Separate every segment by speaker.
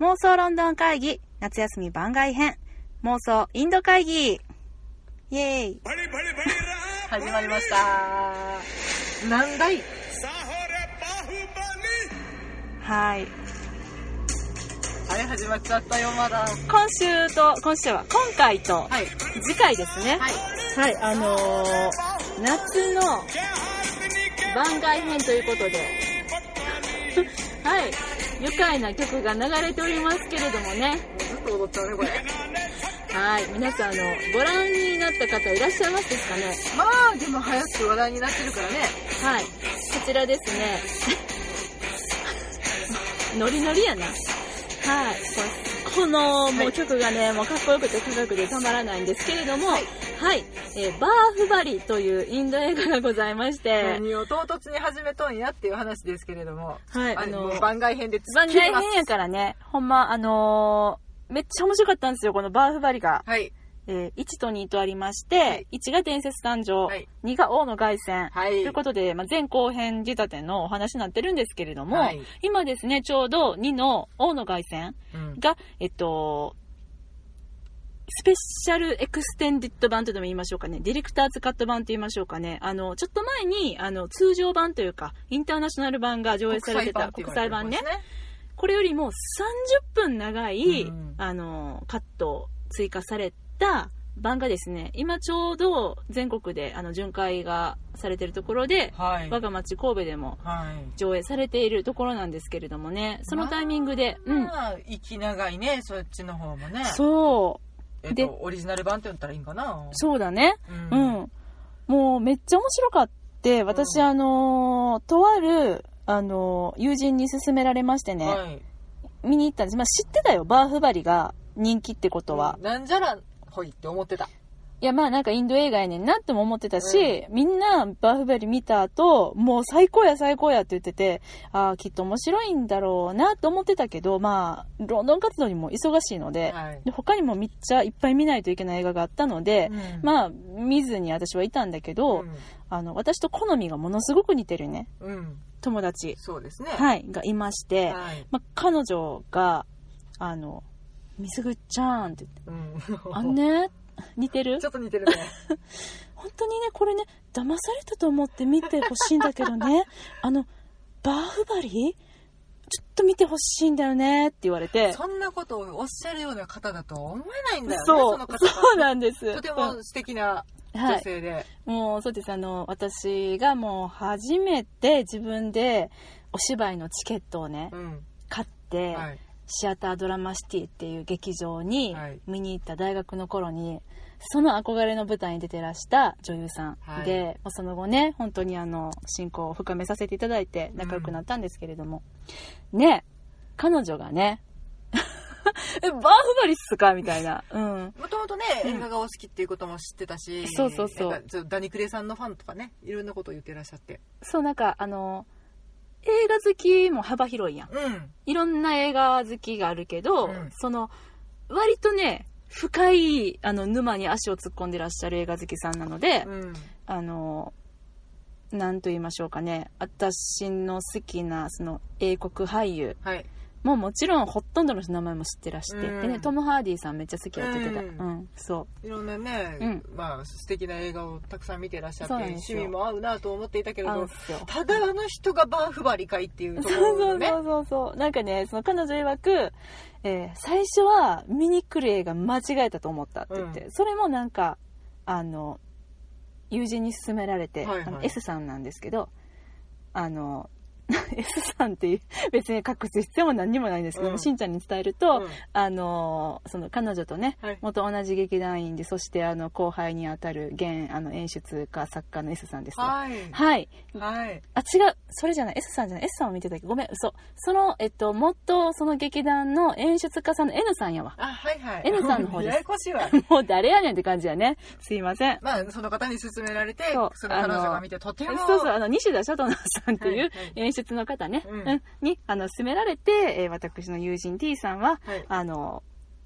Speaker 1: 妄想ロンドン会議夏休み番外編妄想インド会議イエーイ
Speaker 2: 始まりましたなんだい
Speaker 1: はい
Speaker 2: はい始まっちゃったよまだは
Speaker 1: 今週と今週は今回と
Speaker 2: い
Speaker 1: 次回ですね
Speaker 2: はい
Speaker 1: はい、あのー夏の番外編ということで はい愉快な曲が流れておりますけれどもね
Speaker 2: ずっと踊っちゃうねこれ
Speaker 1: はい皆さんあのご覧になった方いらっしゃいますですかね
Speaker 2: まあでも早く話題になってるからね
Speaker 1: はい、こちらですね。 ノリノリやな。はい、このも
Speaker 2: は
Speaker 1: う
Speaker 2: い
Speaker 1: 曲がね、もうかっこよくてかっこよくてたまらないんですけれども、はい、えーバーフバリというインド映画がございまして、
Speaker 2: 何を唐突に始めとんやっていう話ですけれども
Speaker 1: はい、
Speaker 2: あ
Speaker 1: あ
Speaker 2: の
Speaker 1: の、番
Speaker 2: 番外編で続
Speaker 1: 外
Speaker 2: きます
Speaker 1: 編やからね、ほんま、あのーめっちゃ面白かったんですよ、このバーフバリが。
Speaker 2: はい
Speaker 1: えー1と2とありまして、
Speaker 2: い
Speaker 1: 1が伝説誕生、
Speaker 2: はい
Speaker 1: 2が王の凱旋、
Speaker 2: はい
Speaker 1: ということで、まあ、前後編仕立てのお話になってるんですけれども、
Speaker 2: はい
Speaker 1: 今ですね、ちょうど2の王の凱旋
Speaker 2: うん
Speaker 1: が、えっと、スペシャルエクステンディット版とでも言いましょうかね。ディレクターズカット版と言いましょうかね。あの、ちょっと前に、あの、通常版というか、インターナショナル版が上映されてた国際版ね。これよりも30分長い、
Speaker 2: うん
Speaker 1: あのカット追加された版がですね今ちょうど全国であの巡回がされてるところで、
Speaker 2: はい
Speaker 1: 我が町神戸でも
Speaker 2: はい
Speaker 1: 上映されているところなんですけれどもねそのタイミングで、うん
Speaker 2: まあ息長いねそっちの方もね
Speaker 1: そう
Speaker 2: えっ
Speaker 1: で
Speaker 2: とオリジナル版って言ったらいいんかな
Speaker 1: そうだね
Speaker 2: う
Speaker 1: うんん、もうめっちゃ面白かって私、
Speaker 2: うん
Speaker 1: あのーとあるあのー友人に勧められましてね、
Speaker 2: はい
Speaker 1: 見に行ったんです、まあ、知ってたよバーフバリが人気ってことは、
Speaker 2: なんじゃらほいって思ってた
Speaker 1: いやまあなんかインド映画やねんなっても思ってたし、みんなバーフバリ見た後、もう最高や最高やって言ってて、ああ、きっと面白いんだろうなと思ってたけど、まあ、ロンドン活動にも忙しいので、
Speaker 2: はい
Speaker 1: で他にもめっちゃいっぱい見ないといけない映画があったので、まあ、見ずに私はいたんだけど、あの、私と好みがものすごく似てるね、
Speaker 2: うんうん
Speaker 1: 友達、
Speaker 2: そうですね
Speaker 1: はい、がいまして、
Speaker 2: はい
Speaker 1: まあ、彼女が、あの、みすぐちゃんって言って、
Speaker 2: うん
Speaker 1: あんね、似てる
Speaker 2: ちょっと似てるね
Speaker 1: 本当にねこれね騙されたと思って見てほしいんだけどね あのバーフバリちょっと見てほしいんだよねって言われて
Speaker 2: そんなことをおっしゃるような方だとは思えないんだよね
Speaker 1: そ
Speaker 2: の
Speaker 1: う
Speaker 2: 方
Speaker 1: そう
Speaker 2: は
Speaker 1: なんです
Speaker 2: とて
Speaker 1: うん
Speaker 2: も素敵な
Speaker 1: は
Speaker 2: 女
Speaker 1: い
Speaker 2: 性で、
Speaker 1: もうそうですあの私がもう初めて自分でお芝居のチケットをね
Speaker 2: うん
Speaker 1: 買って、
Speaker 2: はい
Speaker 1: シアタードラマシティっていう劇場に
Speaker 2: はい
Speaker 1: 見に行った大学の頃にその憧れの舞台に出てらした女優さん
Speaker 2: はい
Speaker 1: で、もうその後ね本当にあの親交を深めさせていただいて仲良くなったんですけれども、ね彼女がね えバーフバリっすかみたいな、うん、
Speaker 2: もともとね、
Speaker 1: うん
Speaker 2: 映画がお好きっていうことも知ってたし
Speaker 1: そうそうそう
Speaker 2: なんかちょっとダニクレさんのファンとかねいろんなことを言ってらっしゃって
Speaker 1: そうなんかあの映画好きも幅広いやん
Speaker 2: うん
Speaker 1: いろんな映画好きがあるけど、
Speaker 2: うん
Speaker 1: その割とね深いあの沼に足を突っ込んでらっしゃる映画好きさんなので、
Speaker 2: うん
Speaker 1: あの何と言いましょうかね私の好きなその英国俳優
Speaker 2: はい
Speaker 1: ももちろんほとんどの人の名前も知ってらして、
Speaker 2: うん
Speaker 1: でねトム・ハーディさんめっちゃ好きやって言ってた、う
Speaker 2: うんん
Speaker 1: そ
Speaker 2: いろんなね、
Speaker 1: うん
Speaker 2: まあ素敵な映画をたくさん見てらっしゃって
Speaker 1: そうなんです
Speaker 2: 趣
Speaker 1: よ
Speaker 2: 味も合うなと思っていたけ
Speaker 1: う
Speaker 2: れ
Speaker 1: 合う
Speaker 2: ど
Speaker 1: んすよ
Speaker 2: ただあの人がバーフバリかいっていう
Speaker 1: そ
Speaker 2: と
Speaker 1: う
Speaker 2: ころ
Speaker 1: そ
Speaker 2: を
Speaker 1: う
Speaker 2: ね
Speaker 1: そうそうそうなんかねその彼女曰く、えー最初は見に来る映画間違えたと思ったって言って、
Speaker 2: う
Speaker 1: それもなんかあの友人に勧められて、
Speaker 2: はいはい
Speaker 1: あの S さんなんですけどあの S さんっていう別に隠す必要も何にもないんですけども、
Speaker 2: うん
Speaker 1: しんちゃんに伝えると、
Speaker 2: うん
Speaker 1: あのその彼女とね、
Speaker 2: はい
Speaker 1: 元同じ劇団員でそしてあの後輩にあたる現あの演出家作家の S さんですね
Speaker 2: はい
Speaker 1: はい
Speaker 2: はい
Speaker 1: あ、違う。それじゃない。S さんじゃない。S さんを見てたっけど、ごめん、嘘。その、えっと、元、その劇団の演出家さんの N さんやわ。
Speaker 2: あはいはい
Speaker 1: N さんの方です
Speaker 2: ややこし いわ
Speaker 1: もう誰やねんって感じやね。すいません。
Speaker 2: まあその方に勧められて
Speaker 1: そう
Speaker 2: その彼女が見てとて
Speaker 1: そう
Speaker 2: も
Speaker 1: そう、あの、西田シャトナーさんっていう
Speaker 2: はいはい
Speaker 1: 演出の方ね、
Speaker 2: うん
Speaker 1: うんに、あの、勧められて、えー私の友人 T さんは、
Speaker 2: はい
Speaker 1: あの、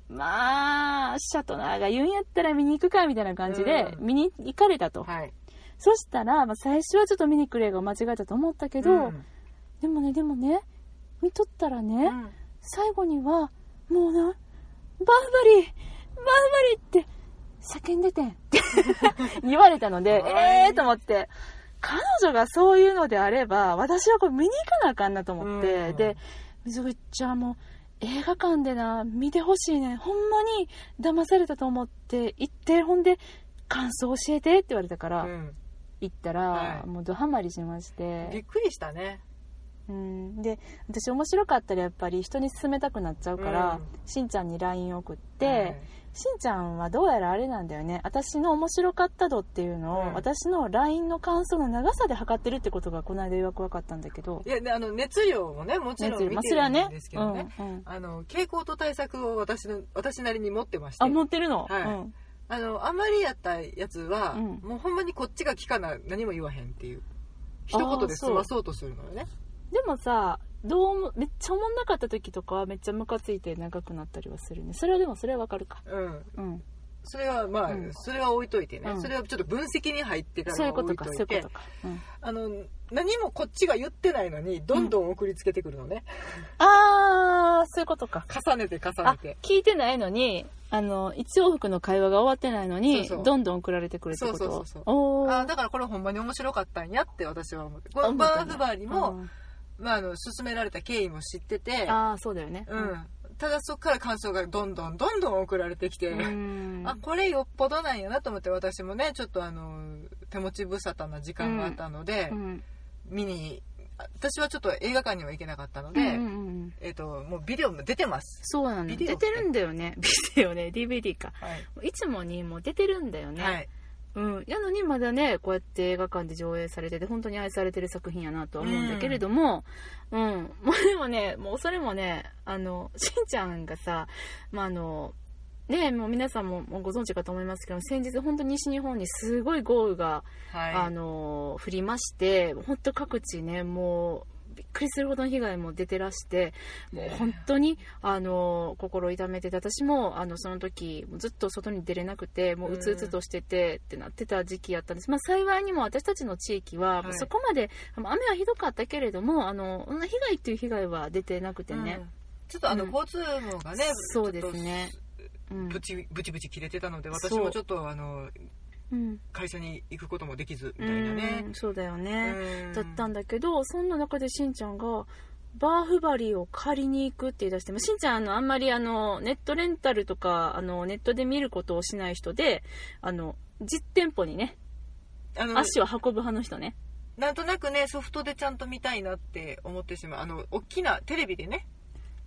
Speaker 1: まあ、シャトナーが言うんやったら見に行くか、みたいな感じで、
Speaker 2: うん
Speaker 1: 見に行かれたと。
Speaker 2: はい
Speaker 1: そしたら、まあ、最初はちょっと見に来る映画を間違えたと思ったけど、
Speaker 2: うん
Speaker 1: でもね、でもね、見とったらね、
Speaker 2: うん
Speaker 1: 最後にはもうな、バーバリー、バーバリーって叫んでてんって 言われたので、
Speaker 2: はい
Speaker 1: えーと思って、彼女がそういうのであれば、私はこれ見に行かなあかんなと思って、
Speaker 2: うん
Speaker 1: で、水口ちゃんも映画館でな、見てほしいねん。ほんまに騙されたと思って行って、ほんで、感想教えてって言われたから、
Speaker 2: うん
Speaker 1: 行ったら、
Speaker 2: はい
Speaker 1: もうドハマりしまして。
Speaker 2: びっくりしたね
Speaker 1: うん、で私面白かったらやっぱり人に勧めたくなっちゃうから、しんちゃんに LINE 送って、しんちゃんはどうやらあれなんだよね私の面白かった度っていうのを、
Speaker 2: うん
Speaker 1: 私の LINE の感想の長さで測ってるってことがこの間ようやく分かったんだけど
Speaker 2: うんいやであの熱量もねもちろん見
Speaker 1: まあ
Speaker 2: て
Speaker 1: それは
Speaker 2: るん
Speaker 1: ね
Speaker 2: ですけどね
Speaker 1: うんうん、
Speaker 2: あの傾向と対策を私の私なりに持ってまして
Speaker 1: あ持ってるの、
Speaker 2: はい
Speaker 1: うん、
Speaker 2: あのあんまりやったやつは、
Speaker 1: うん
Speaker 2: もうほんまにこっちが聞かな何も言わへんっていう一言で済まそうとするのよね
Speaker 1: でもさどうもめっちゃおもんなかった時とかはめっちゃムカついて長くなったりはするねそれはでもそれは分かるか、
Speaker 2: うん
Speaker 1: うん、
Speaker 2: それはまあ、
Speaker 1: うん
Speaker 2: それは置いといてね、
Speaker 1: うん
Speaker 2: それはちょっと分析に入ってから
Speaker 1: そういう
Speaker 2: は
Speaker 1: こ
Speaker 2: 置
Speaker 1: と
Speaker 2: い
Speaker 1: か
Speaker 2: と
Speaker 1: そう
Speaker 2: い
Speaker 1: いうこ
Speaker 2: て
Speaker 1: とか、うん、
Speaker 2: あの何もこっちが言ってないのにどんどん送りつけてくるのね、
Speaker 1: ああそういうことか
Speaker 2: 重ねて重
Speaker 1: あ
Speaker 2: ねて
Speaker 1: 聞いてないのにあの一往復の会話が終わってないのに
Speaker 2: そうそう
Speaker 1: どんどん送られてくるってこと
Speaker 2: そうそうそうそう
Speaker 1: おー
Speaker 2: あだからこれほんまに面白かったんやって私は思ってこの
Speaker 1: 思っ
Speaker 2: バ
Speaker 1: た
Speaker 2: ー
Speaker 1: んだ
Speaker 2: フバーにも、
Speaker 1: うん
Speaker 2: まあ、あの勧められた経緯も知ってて
Speaker 1: ああそうだよね
Speaker 2: うん、ただそこから感想がどんどんどんどん送られてきて、
Speaker 1: うん
Speaker 2: あこれよっぽどなんやなと思って私もねちょっとあの手持ち無沙汰な時間があったので、
Speaker 1: うん
Speaker 2: 見に私はちょっと映画館には行けなかったの
Speaker 1: う
Speaker 2: で、
Speaker 1: んうんうん
Speaker 2: えっともうビデオも出てます、
Speaker 1: そうなんだ
Speaker 2: ビデオ
Speaker 1: 出
Speaker 2: って
Speaker 1: てるんだよねビデオね DVD か
Speaker 2: はい
Speaker 1: いつもにもう出てるんだよね、
Speaker 2: はい、
Speaker 1: うん、なのにまだねこうやって映画館で上映されてて本当に愛されてる作品やなとは思うんだけれども、うんもうでもねもうそれもねあのしんちゃんがさ、まあ、あのねもう皆さんももうご存知かと思いますけど先日本当に西日本にすごい豪雨が、
Speaker 2: はい
Speaker 1: あの降りまして本当各地ねもうびっくりするほどの被害も出てらしてもう本当にあの心痛めてて私もあのその時もうずっと外に出れなくてもううつうつとしててってなってた時期やったんです、まあ、幸いにも私たちの地域は、
Speaker 2: はい
Speaker 1: そこまでまあ雨はひどかったけれどもあのそんな被害っていう被害は出てなくて
Speaker 2: う
Speaker 1: ね、
Speaker 2: んちょっとあの
Speaker 1: うん
Speaker 2: 交通網がね、
Speaker 1: そうですね
Speaker 2: ち
Speaker 1: う
Speaker 2: ょっと
Speaker 1: ん
Speaker 2: ブチブチブチ切れてたので
Speaker 1: そう
Speaker 2: 私もちょっとあの
Speaker 1: うん
Speaker 2: 会社に行くこともできずみ
Speaker 1: う
Speaker 2: たいなね
Speaker 1: ん、そうだよね、
Speaker 2: うん
Speaker 1: だったんだけど、そんな中でしんちゃんがバーフバリーを借りに行くって言い出して、まあ、しんちゃんあのあんまりあのネットレンタルとかあのネットで見ることをしない人であの実店舗にね
Speaker 2: あの
Speaker 1: 足を運ぶ派の人ね
Speaker 2: なんとなくねソフトでちゃんと見たいなって思ってしまうあの大きなテレビでね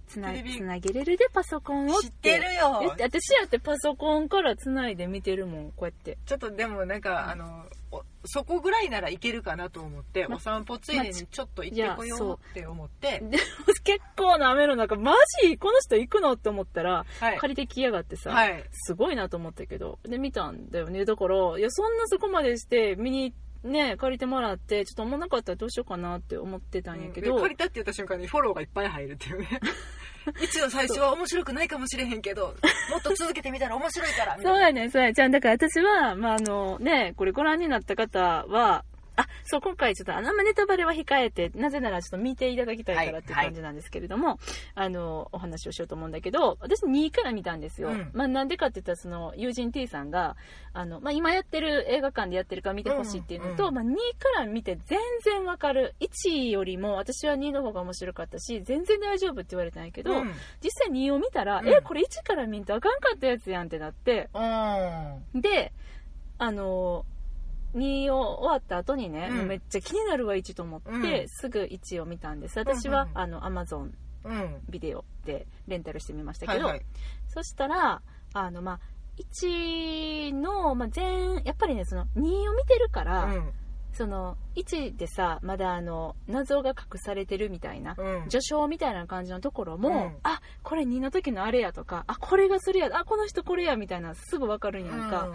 Speaker 1: つな
Speaker 2: テレビ
Speaker 1: つなげれるでパソコンを
Speaker 2: 知ってるよ
Speaker 1: 言って私やってパソコンからつないで見てるもんこうやって
Speaker 2: ちょっとでもなんかあのおそこぐらいならいけるかなと思って、
Speaker 1: ま
Speaker 2: お散歩ついでにちょっと行ってこ
Speaker 1: いやそ
Speaker 2: よ
Speaker 1: う
Speaker 2: うって思って、
Speaker 1: でも結構な雨の中マジこの人行くのって思ったら
Speaker 2: はい、
Speaker 1: 借りてきやがってさ、
Speaker 2: はい、
Speaker 1: すごいなと思ったけど。で、見たんだよね。だから、いや、そんなそこまでして、見に、ね、借りてもらって、ちょっと思わなかったらどうしようかなって思ってたんやけど、
Speaker 2: うんで借りたって言った瞬間にフォローがいっぱい入るってい うね一応最初は面白くないかもしれへんけどもっと続けてみたら面白いからみたい
Speaker 1: そう
Speaker 2: な
Speaker 1: やねん、そうやねん。じゃあ、だから私は、まあ、あの、ね、これご覧になった方は、あ、そう、今回ちょっと、あの、ネタバレは控えて、なぜならちょっと見ていただきたいからっていう
Speaker 2: はい
Speaker 1: 感じなんですけれども、あの、お話をしようと思うんだけど、私2位から見たんですよ。
Speaker 2: うん
Speaker 1: まあ、なんでかって言ったら、その、友人 T さんが、あの、まあ、今やってる映画館でやってるから見てほしいっていうのと、
Speaker 2: うん
Speaker 1: まあ、2位から見て全然わかる。1位よりも、私は2位の方が面白かったし、全然大丈夫って言われたんやけど、
Speaker 2: うん
Speaker 1: 実際2位を見たら、
Speaker 2: うん
Speaker 1: え、これ1から見んとあかんかったやつやんってなって、であの2を終わった後にね、
Speaker 2: うん
Speaker 1: もうめっちゃ気になるわ1と思って、
Speaker 2: うん
Speaker 1: すぐ1を見たんです
Speaker 2: んうん
Speaker 1: 私は、あのアマゾン
Speaker 2: うんうん
Speaker 1: ビデオでレンタルしてみました
Speaker 2: は
Speaker 1: け
Speaker 2: い
Speaker 1: ど、
Speaker 2: はい
Speaker 1: そしたらあのまあ1の、まあ、前やっぱりねその2を見てるから、
Speaker 2: うん
Speaker 1: その1でさまだあの謎が隠されてるみたいな、
Speaker 2: うん
Speaker 1: 序章みたいな感じのところも、
Speaker 2: うん
Speaker 1: あこれ2の時のあれやとかあこれがそれやあこの人これやみたいなすぐ分かるんやんか、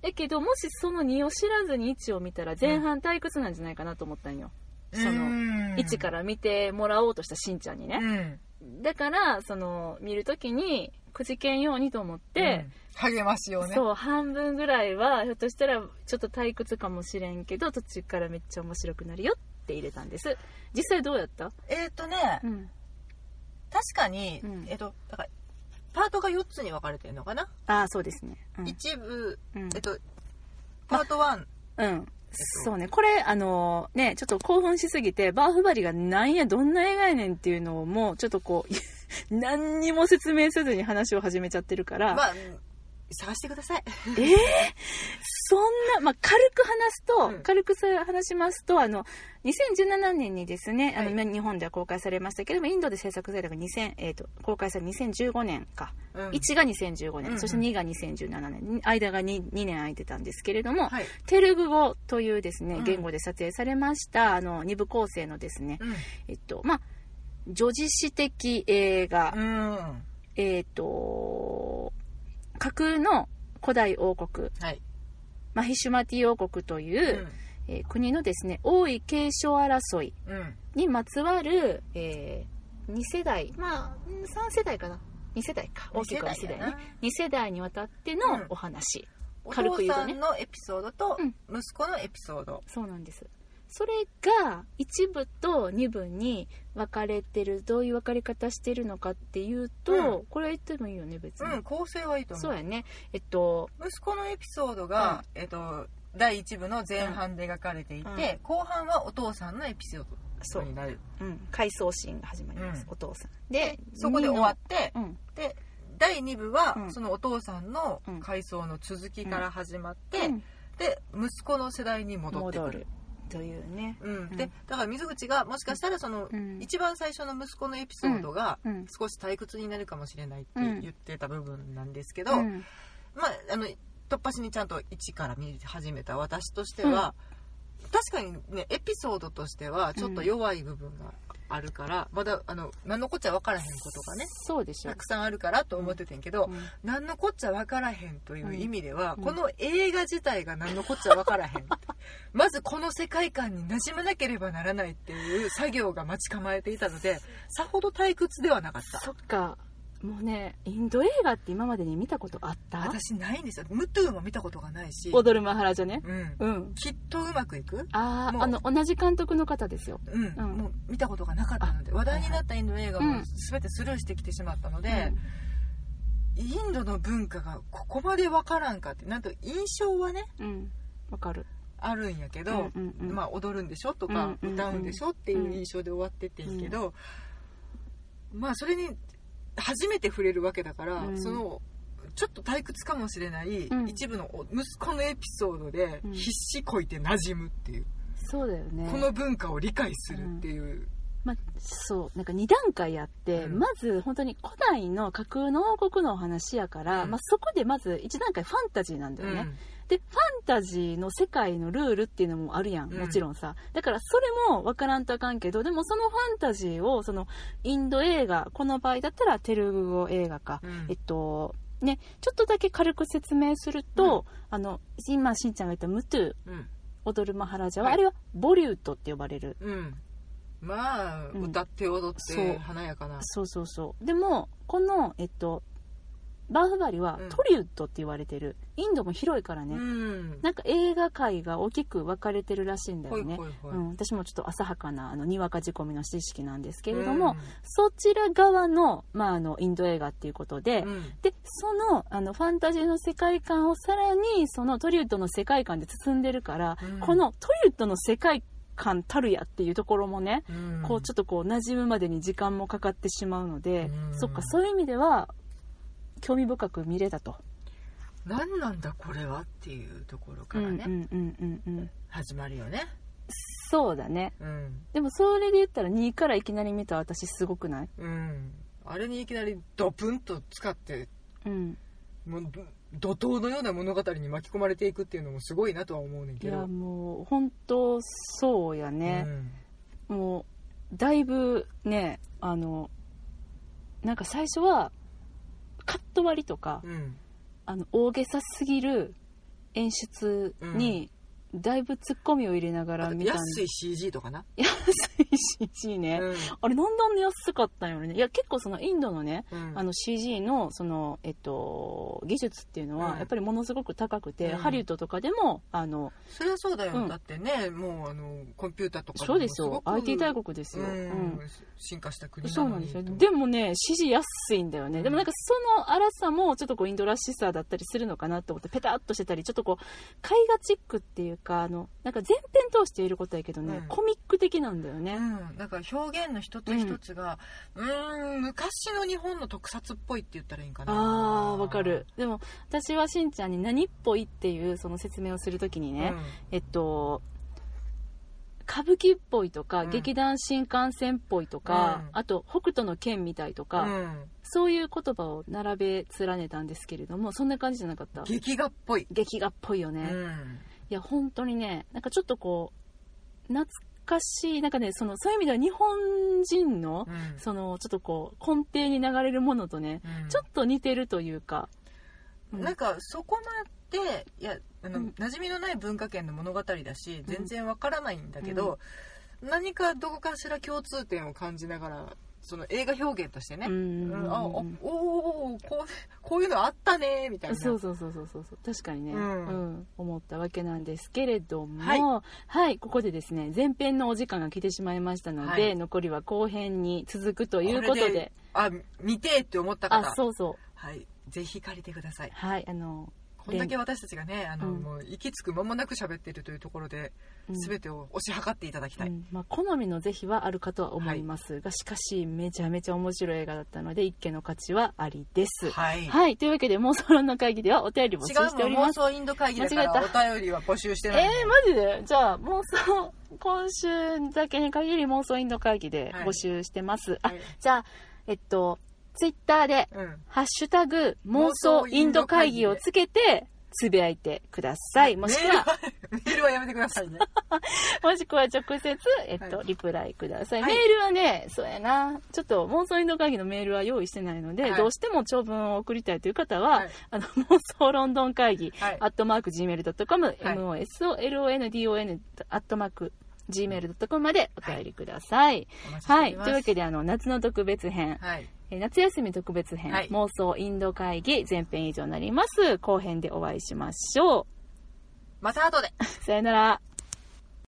Speaker 1: だけどもしその2を知らずに1を見たら前半退屈なんじゃないかなと思ったんよ、
Speaker 2: うん
Speaker 1: その
Speaker 2: うん
Speaker 1: 1から見てもらおうとしたしんちゃんに
Speaker 2: う
Speaker 1: ね、
Speaker 2: ん
Speaker 1: だからその見るときにくじけんようにと思って、
Speaker 2: うん励ましをね
Speaker 1: そう半分ぐらいはひょっとしたらちょっと退屈かもしれんけど途中からめっちゃ面白くなるよって入れたんです実際どうやった、
Speaker 2: えっ、とね
Speaker 1: うん
Speaker 2: 確かに、
Speaker 1: うん
Speaker 2: えっ、とだからートが4つに分かれてるのかな、
Speaker 1: ああそうですねうん
Speaker 2: 一部、
Speaker 1: うん
Speaker 2: えっとパート1、
Speaker 1: うんそうねこれあのねちょっと興奮しすぎてバーフバリがなんやどんな映画やねんっていうのをもうちょっとこう 何にも説明せずに話を始めちゃってるから、
Speaker 2: まあ探してください
Speaker 1: ええそんな、まあ、軽く話すと、
Speaker 2: うん
Speaker 1: 軽くさ話しますと、あの、2017年にですね、あの、
Speaker 2: は
Speaker 1: 日本では公開されましたけども、インドで制作されたのが2000、えっ、と、公開された2015年か。
Speaker 2: うん
Speaker 1: 1が2015
Speaker 2: うんう
Speaker 1: 年、
Speaker 2: ん
Speaker 1: そして2が2017年、間が 2, 2年空いてたんですけれども、
Speaker 2: はい、
Speaker 1: テルグ語というです
Speaker 2: う
Speaker 1: ね
Speaker 2: ん、
Speaker 1: 言語で撮影されました、あの、二部構成のですね、
Speaker 2: うん
Speaker 1: えっと、まあ、女児史的映画、
Speaker 2: うん
Speaker 1: えっ、と、架空の古代王国、
Speaker 2: はい、
Speaker 1: マヒシュマティ王国というう、えー国のですね王位継承争い
Speaker 2: んうん
Speaker 1: にまつわる、え2世代まあ3世代かな2世代か大きくは2世代ね2世代にわたって
Speaker 2: う
Speaker 1: の
Speaker 2: ん
Speaker 1: お話、
Speaker 2: お
Speaker 1: 軽く
Speaker 2: 父
Speaker 1: 言う
Speaker 2: さ
Speaker 1: とね
Speaker 2: んのエピソードと
Speaker 1: うん
Speaker 2: 息子のエピソード、
Speaker 1: そうなんですそれが1部と2部に分かれてるどういう分かれ方してるのかっていうと、
Speaker 2: う
Speaker 1: これは言ってもいいよね別
Speaker 2: う
Speaker 1: に、
Speaker 2: ん構成はいいと思
Speaker 1: そう
Speaker 2: う
Speaker 1: やねえっと
Speaker 2: 息子のエピソードが、えっと第1部の前半で描かれていて、後半はお父さんのエピソー
Speaker 1: そ
Speaker 2: ド
Speaker 1: う
Speaker 2: になる
Speaker 1: うん回想シーンが始まります、
Speaker 2: うん
Speaker 1: お父さんで
Speaker 2: そこで終わって
Speaker 1: 二のうん
Speaker 2: で第2部は、
Speaker 1: うん
Speaker 2: そのお父さんの
Speaker 1: うん
Speaker 2: 回想の続きから始まって、
Speaker 1: うん
Speaker 2: で息子の世代に戻って
Speaker 1: 戻
Speaker 2: く
Speaker 1: る
Speaker 2: る。
Speaker 1: というね
Speaker 2: うん、
Speaker 1: う
Speaker 2: で
Speaker 1: ん
Speaker 2: だから水口がもしかしたらその、
Speaker 1: うん
Speaker 2: 一番最初の息子のエピソードが
Speaker 1: うん
Speaker 2: 少し退屈になるかもしれないって
Speaker 1: うん
Speaker 2: 言ってた部分なんですけど、
Speaker 1: うん
Speaker 2: まあ、あの突破しにちゃんと1から見始めた私としては、確かにねエピソードとしてはちょっと弱い部分があるから、まだあの何のこっちゃ分からへんことがね
Speaker 1: そうでしょ
Speaker 2: たくさんあるからと思っててんけど、
Speaker 1: うん
Speaker 2: 何のこっちゃ分からへんという意味では、
Speaker 1: うん
Speaker 2: この映画自体が何のこっちゃ分からへん まずこの世界観に馴染まなければならないっていう作業が待ち構えていたのでさほど退屈ではなかった
Speaker 1: そっかもうねインド映画って今までに見たことあった
Speaker 2: 私ないんですよムトゥーも見たことがないし、
Speaker 1: 踊るマハラジャね
Speaker 2: うん、
Speaker 1: うん
Speaker 2: きっとうまくいく
Speaker 1: あ
Speaker 2: も
Speaker 1: ああ
Speaker 2: う
Speaker 1: の同じ監督の方ですよ
Speaker 2: うん、
Speaker 1: ん
Speaker 2: もう見たことがなかったので話題になったインド映画
Speaker 1: う
Speaker 2: も
Speaker 1: ん
Speaker 2: 全てスルーしてきてしまったので、インドの文化がここまでわからんかってなんと印象はね
Speaker 1: うんうんわかる
Speaker 2: あるんやけど、
Speaker 1: うんうんうん
Speaker 2: まあ踊るんでしょとか、
Speaker 1: うんうんうん
Speaker 2: 歌うんでしょっていう印象で終わってってんけど、まあそれに初めて触れるわけだから、
Speaker 1: うん
Speaker 2: そのちょっと退屈かもしれない、
Speaker 1: うん
Speaker 2: 一部のお息子のエピソードで
Speaker 1: うん
Speaker 2: 必死こいて馴染むっていう、
Speaker 1: そうだよね
Speaker 2: この文化を理解するっていう、
Speaker 1: まあ、そうなんか2段階あって、
Speaker 2: うん
Speaker 1: まず本当に古代の架空の王国のお話やから、
Speaker 2: うん
Speaker 1: まあ、そこでまず1段階ファンタジーなんだよね、でファンタジーの世界のルールっていうのもあるやん
Speaker 2: うん
Speaker 1: もちろんさ、だからそれも分からんとあかんけどでもそのファンタジーをそのインド映画この場合だったらテルグ語映画か、
Speaker 2: うんうん
Speaker 1: えっとねちょっとだけ軽く説明すると、あの今しんちゃんが言った「ムトゥ
Speaker 2: うん
Speaker 1: 踊るマハラジャは」
Speaker 2: はい
Speaker 1: あれはボリュートって呼ばれる
Speaker 2: うん、まあ、
Speaker 1: うん
Speaker 2: 歌って踊っ
Speaker 1: そう
Speaker 2: て華やかな
Speaker 1: そうそうそうでもこのえっとバーフバリは
Speaker 2: うん
Speaker 1: トリウッドって言われてる、インドも広いからね、
Speaker 2: うん
Speaker 1: なんか映画界が大きく分かれてるらしいんだよ
Speaker 2: ほ
Speaker 1: ね
Speaker 2: いほいほい、
Speaker 1: うん、私もちょっと浅はかなあのにわか仕込みの知識なんですけれども、そちら側の,、まあ、あのインド映画っていうことで、
Speaker 2: うん、うん
Speaker 1: でそのあのファンタジーの世界観をさらにそのトリウッドの世界観で包んでるから、
Speaker 2: うん
Speaker 1: このトリウッドの世界観たるやっていうところもね、
Speaker 2: うん
Speaker 1: こうちょっとこう馴染むまでに時間もかかってしまうので、
Speaker 2: うん
Speaker 1: そっかそういう意味では興味深く見れたと、
Speaker 2: 何なんだこれはっていうところ
Speaker 1: う
Speaker 2: か
Speaker 1: ん
Speaker 2: ら
Speaker 1: うん
Speaker 2: ね、
Speaker 1: うんうんうん
Speaker 2: 始まるよね
Speaker 1: そうだね
Speaker 2: うん
Speaker 1: でもそれで言ったら2からいきなり見た私すごくない、
Speaker 2: うんあれにいきなりドプンと使って
Speaker 1: うん、
Speaker 2: もうど怒涛のような物語に巻き込まれていくっていうのもすごいなとは思うねん
Speaker 1: い
Speaker 2: け
Speaker 1: や
Speaker 2: ど
Speaker 1: もう本当そうやね、もうだいぶねあのなんか最初はカット割りとか、
Speaker 2: うんうん
Speaker 1: あの大げさすぎる演出にだいぶツッコミを入れながら
Speaker 2: あと
Speaker 1: 見たん
Speaker 2: 安
Speaker 1: で
Speaker 2: い CG とかな、
Speaker 1: 安い CG ね、
Speaker 2: うん
Speaker 1: あれなんであんな安かったんやろねいや結構そのインドのね
Speaker 2: うん
Speaker 1: あの CG のその、えっと、技術っていうの
Speaker 2: う
Speaker 1: は
Speaker 2: ん
Speaker 1: やっぱりものすごく高くて、
Speaker 2: うん
Speaker 1: ハリウッドとかでもあの
Speaker 2: そりゃそうだよ、
Speaker 1: うん
Speaker 2: だってねもうあのコンピューターとか
Speaker 1: そうですよ IT 大
Speaker 2: 国
Speaker 1: 国ですよ、
Speaker 2: う
Speaker 1: うん
Speaker 2: ん進化した国なのに
Speaker 1: そうなんですよでもね支持安いんだよね、
Speaker 2: うん
Speaker 1: でもなんかその荒さもちょっとこうインドらしさだったりするのかなと思ってペタッとしてたりちょっとこう絵画チックっていうかあのなんか全編通していることやけどね、
Speaker 2: うん
Speaker 1: コミック的なんだよね、
Speaker 2: うん、だから表現の一つ一つがうーん昔の日本の特撮っぽいって言ったらいいんかな
Speaker 1: あーわかるでも私はしんちゃんに何っぽいっていうその説明をするときにね、えっと歌舞伎っぽいとか、
Speaker 2: うん
Speaker 1: 劇団新幹線っぽいとか、
Speaker 2: うん
Speaker 1: あと北斗の剣みたいと
Speaker 2: うん、
Speaker 1: か、
Speaker 2: うん
Speaker 1: そういう言葉を並べ連ねたんですけれどもそんな感じじゃなかった
Speaker 2: 劇画っぽい、
Speaker 1: 劇画っぽいよ
Speaker 2: う
Speaker 1: ね、い
Speaker 2: ん
Speaker 1: や本当にねなんかちょっとこう懐かしいなんかねそのそういう意味では日本人の、
Speaker 2: うん
Speaker 1: そのちょっとこう根底に流れるものとね
Speaker 2: うん
Speaker 1: ちょっと似てるというか、うん
Speaker 2: なんかそこまでいやあの、
Speaker 1: うん
Speaker 2: 馴染みのない文化圏の物語だし全然わからないんだけど、何かどこかしら共通点を感じながらその映画表現としてね、
Speaker 1: う
Speaker 2: うん
Speaker 1: ん
Speaker 2: あおおーおーこうこういうのあったねみたいな
Speaker 1: そうそうそうそうそうそう確かにね、う
Speaker 2: うんん
Speaker 1: 思ったわけなんですけれどもは
Speaker 2: はいい、
Speaker 1: ここでですね前編のお時間が来てしまいましたので、
Speaker 2: はい
Speaker 1: 残りは後編に続くということで
Speaker 2: これであ見てえって思った方
Speaker 1: あそうそう
Speaker 2: はい、ぜひ借りてください
Speaker 1: はいあの、
Speaker 2: こんだけ私たちがねあの、
Speaker 1: うん
Speaker 2: もう息つく間もなく喋っているというところで、
Speaker 1: うん
Speaker 2: 全てを推し量っていただきたい、
Speaker 1: うんまあ、好みの是非はあるかとは思いますが、しかしめちゃめちゃ面白い映画だったので一見の価値はありですは
Speaker 2: はい
Speaker 1: い、というわけで妄想論の会議ではお便り募集
Speaker 2: 違
Speaker 1: してお
Speaker 2: う
Speaker 1: り
Speaker 2: もん
Speaker 1: ま
Speaker 2: 妄
Speaker 1: す
Speaker 2: 想インド会議だか
Speaker 1: 間違
Speaker 2: ら
Speaker 1: え
Speaker 2: お便りは募集して
Speaker 1: え
Speaker 2: ない、
Speaker 1: ー、マジでじゃあ妄想今週だけに限り妄想インド会議で募集してます、あ
Speaker 2: はい
Speaker 1: じゃあ、えっと、ツイッターで、
Speaker 2: うん
Speaker 1: ハッシュタグ、妄想インド会議をつけて、つぶやいてください。もしくは、
Speaker 2: メールはメールはやめてくださいね
Speaker 1: もしくは直接、えっと、
Speaker 2: はい
Speaker 1: リプライください。
Speaker 2: はい
Speaker 1: メールはね、そうやな、ちょっと妄想インド会議のメールは用意してないので、
Speaker 2: はい
Speaker 1: どうしても長文を送りたいという方は、
Speaker 2: はい
Speaker 1: あの、 妄想ロンドン会議、
Speaker 2: はい
Speaker 1: アットマーク gmail.com、
Speaker 2: い
Speaker 1: mosolondon、アットマーク gmail.com までお便りください。
Speaker 2: お待ちしてお
Speaker 1: はい。
Speaker 2: り
Speaker 1: と
Speaker 2: ます
Speaker 1: いうわけで、あの、夏の特別編、
Speaker 2: はい
Speaker 1: えー夏休み特別編、
Speaker 2: はい
Speaker 1: 妄想インド会議前編以上になります後編でお会いしましょ
Speaker 2: また後で
Speaker 1: うさよなら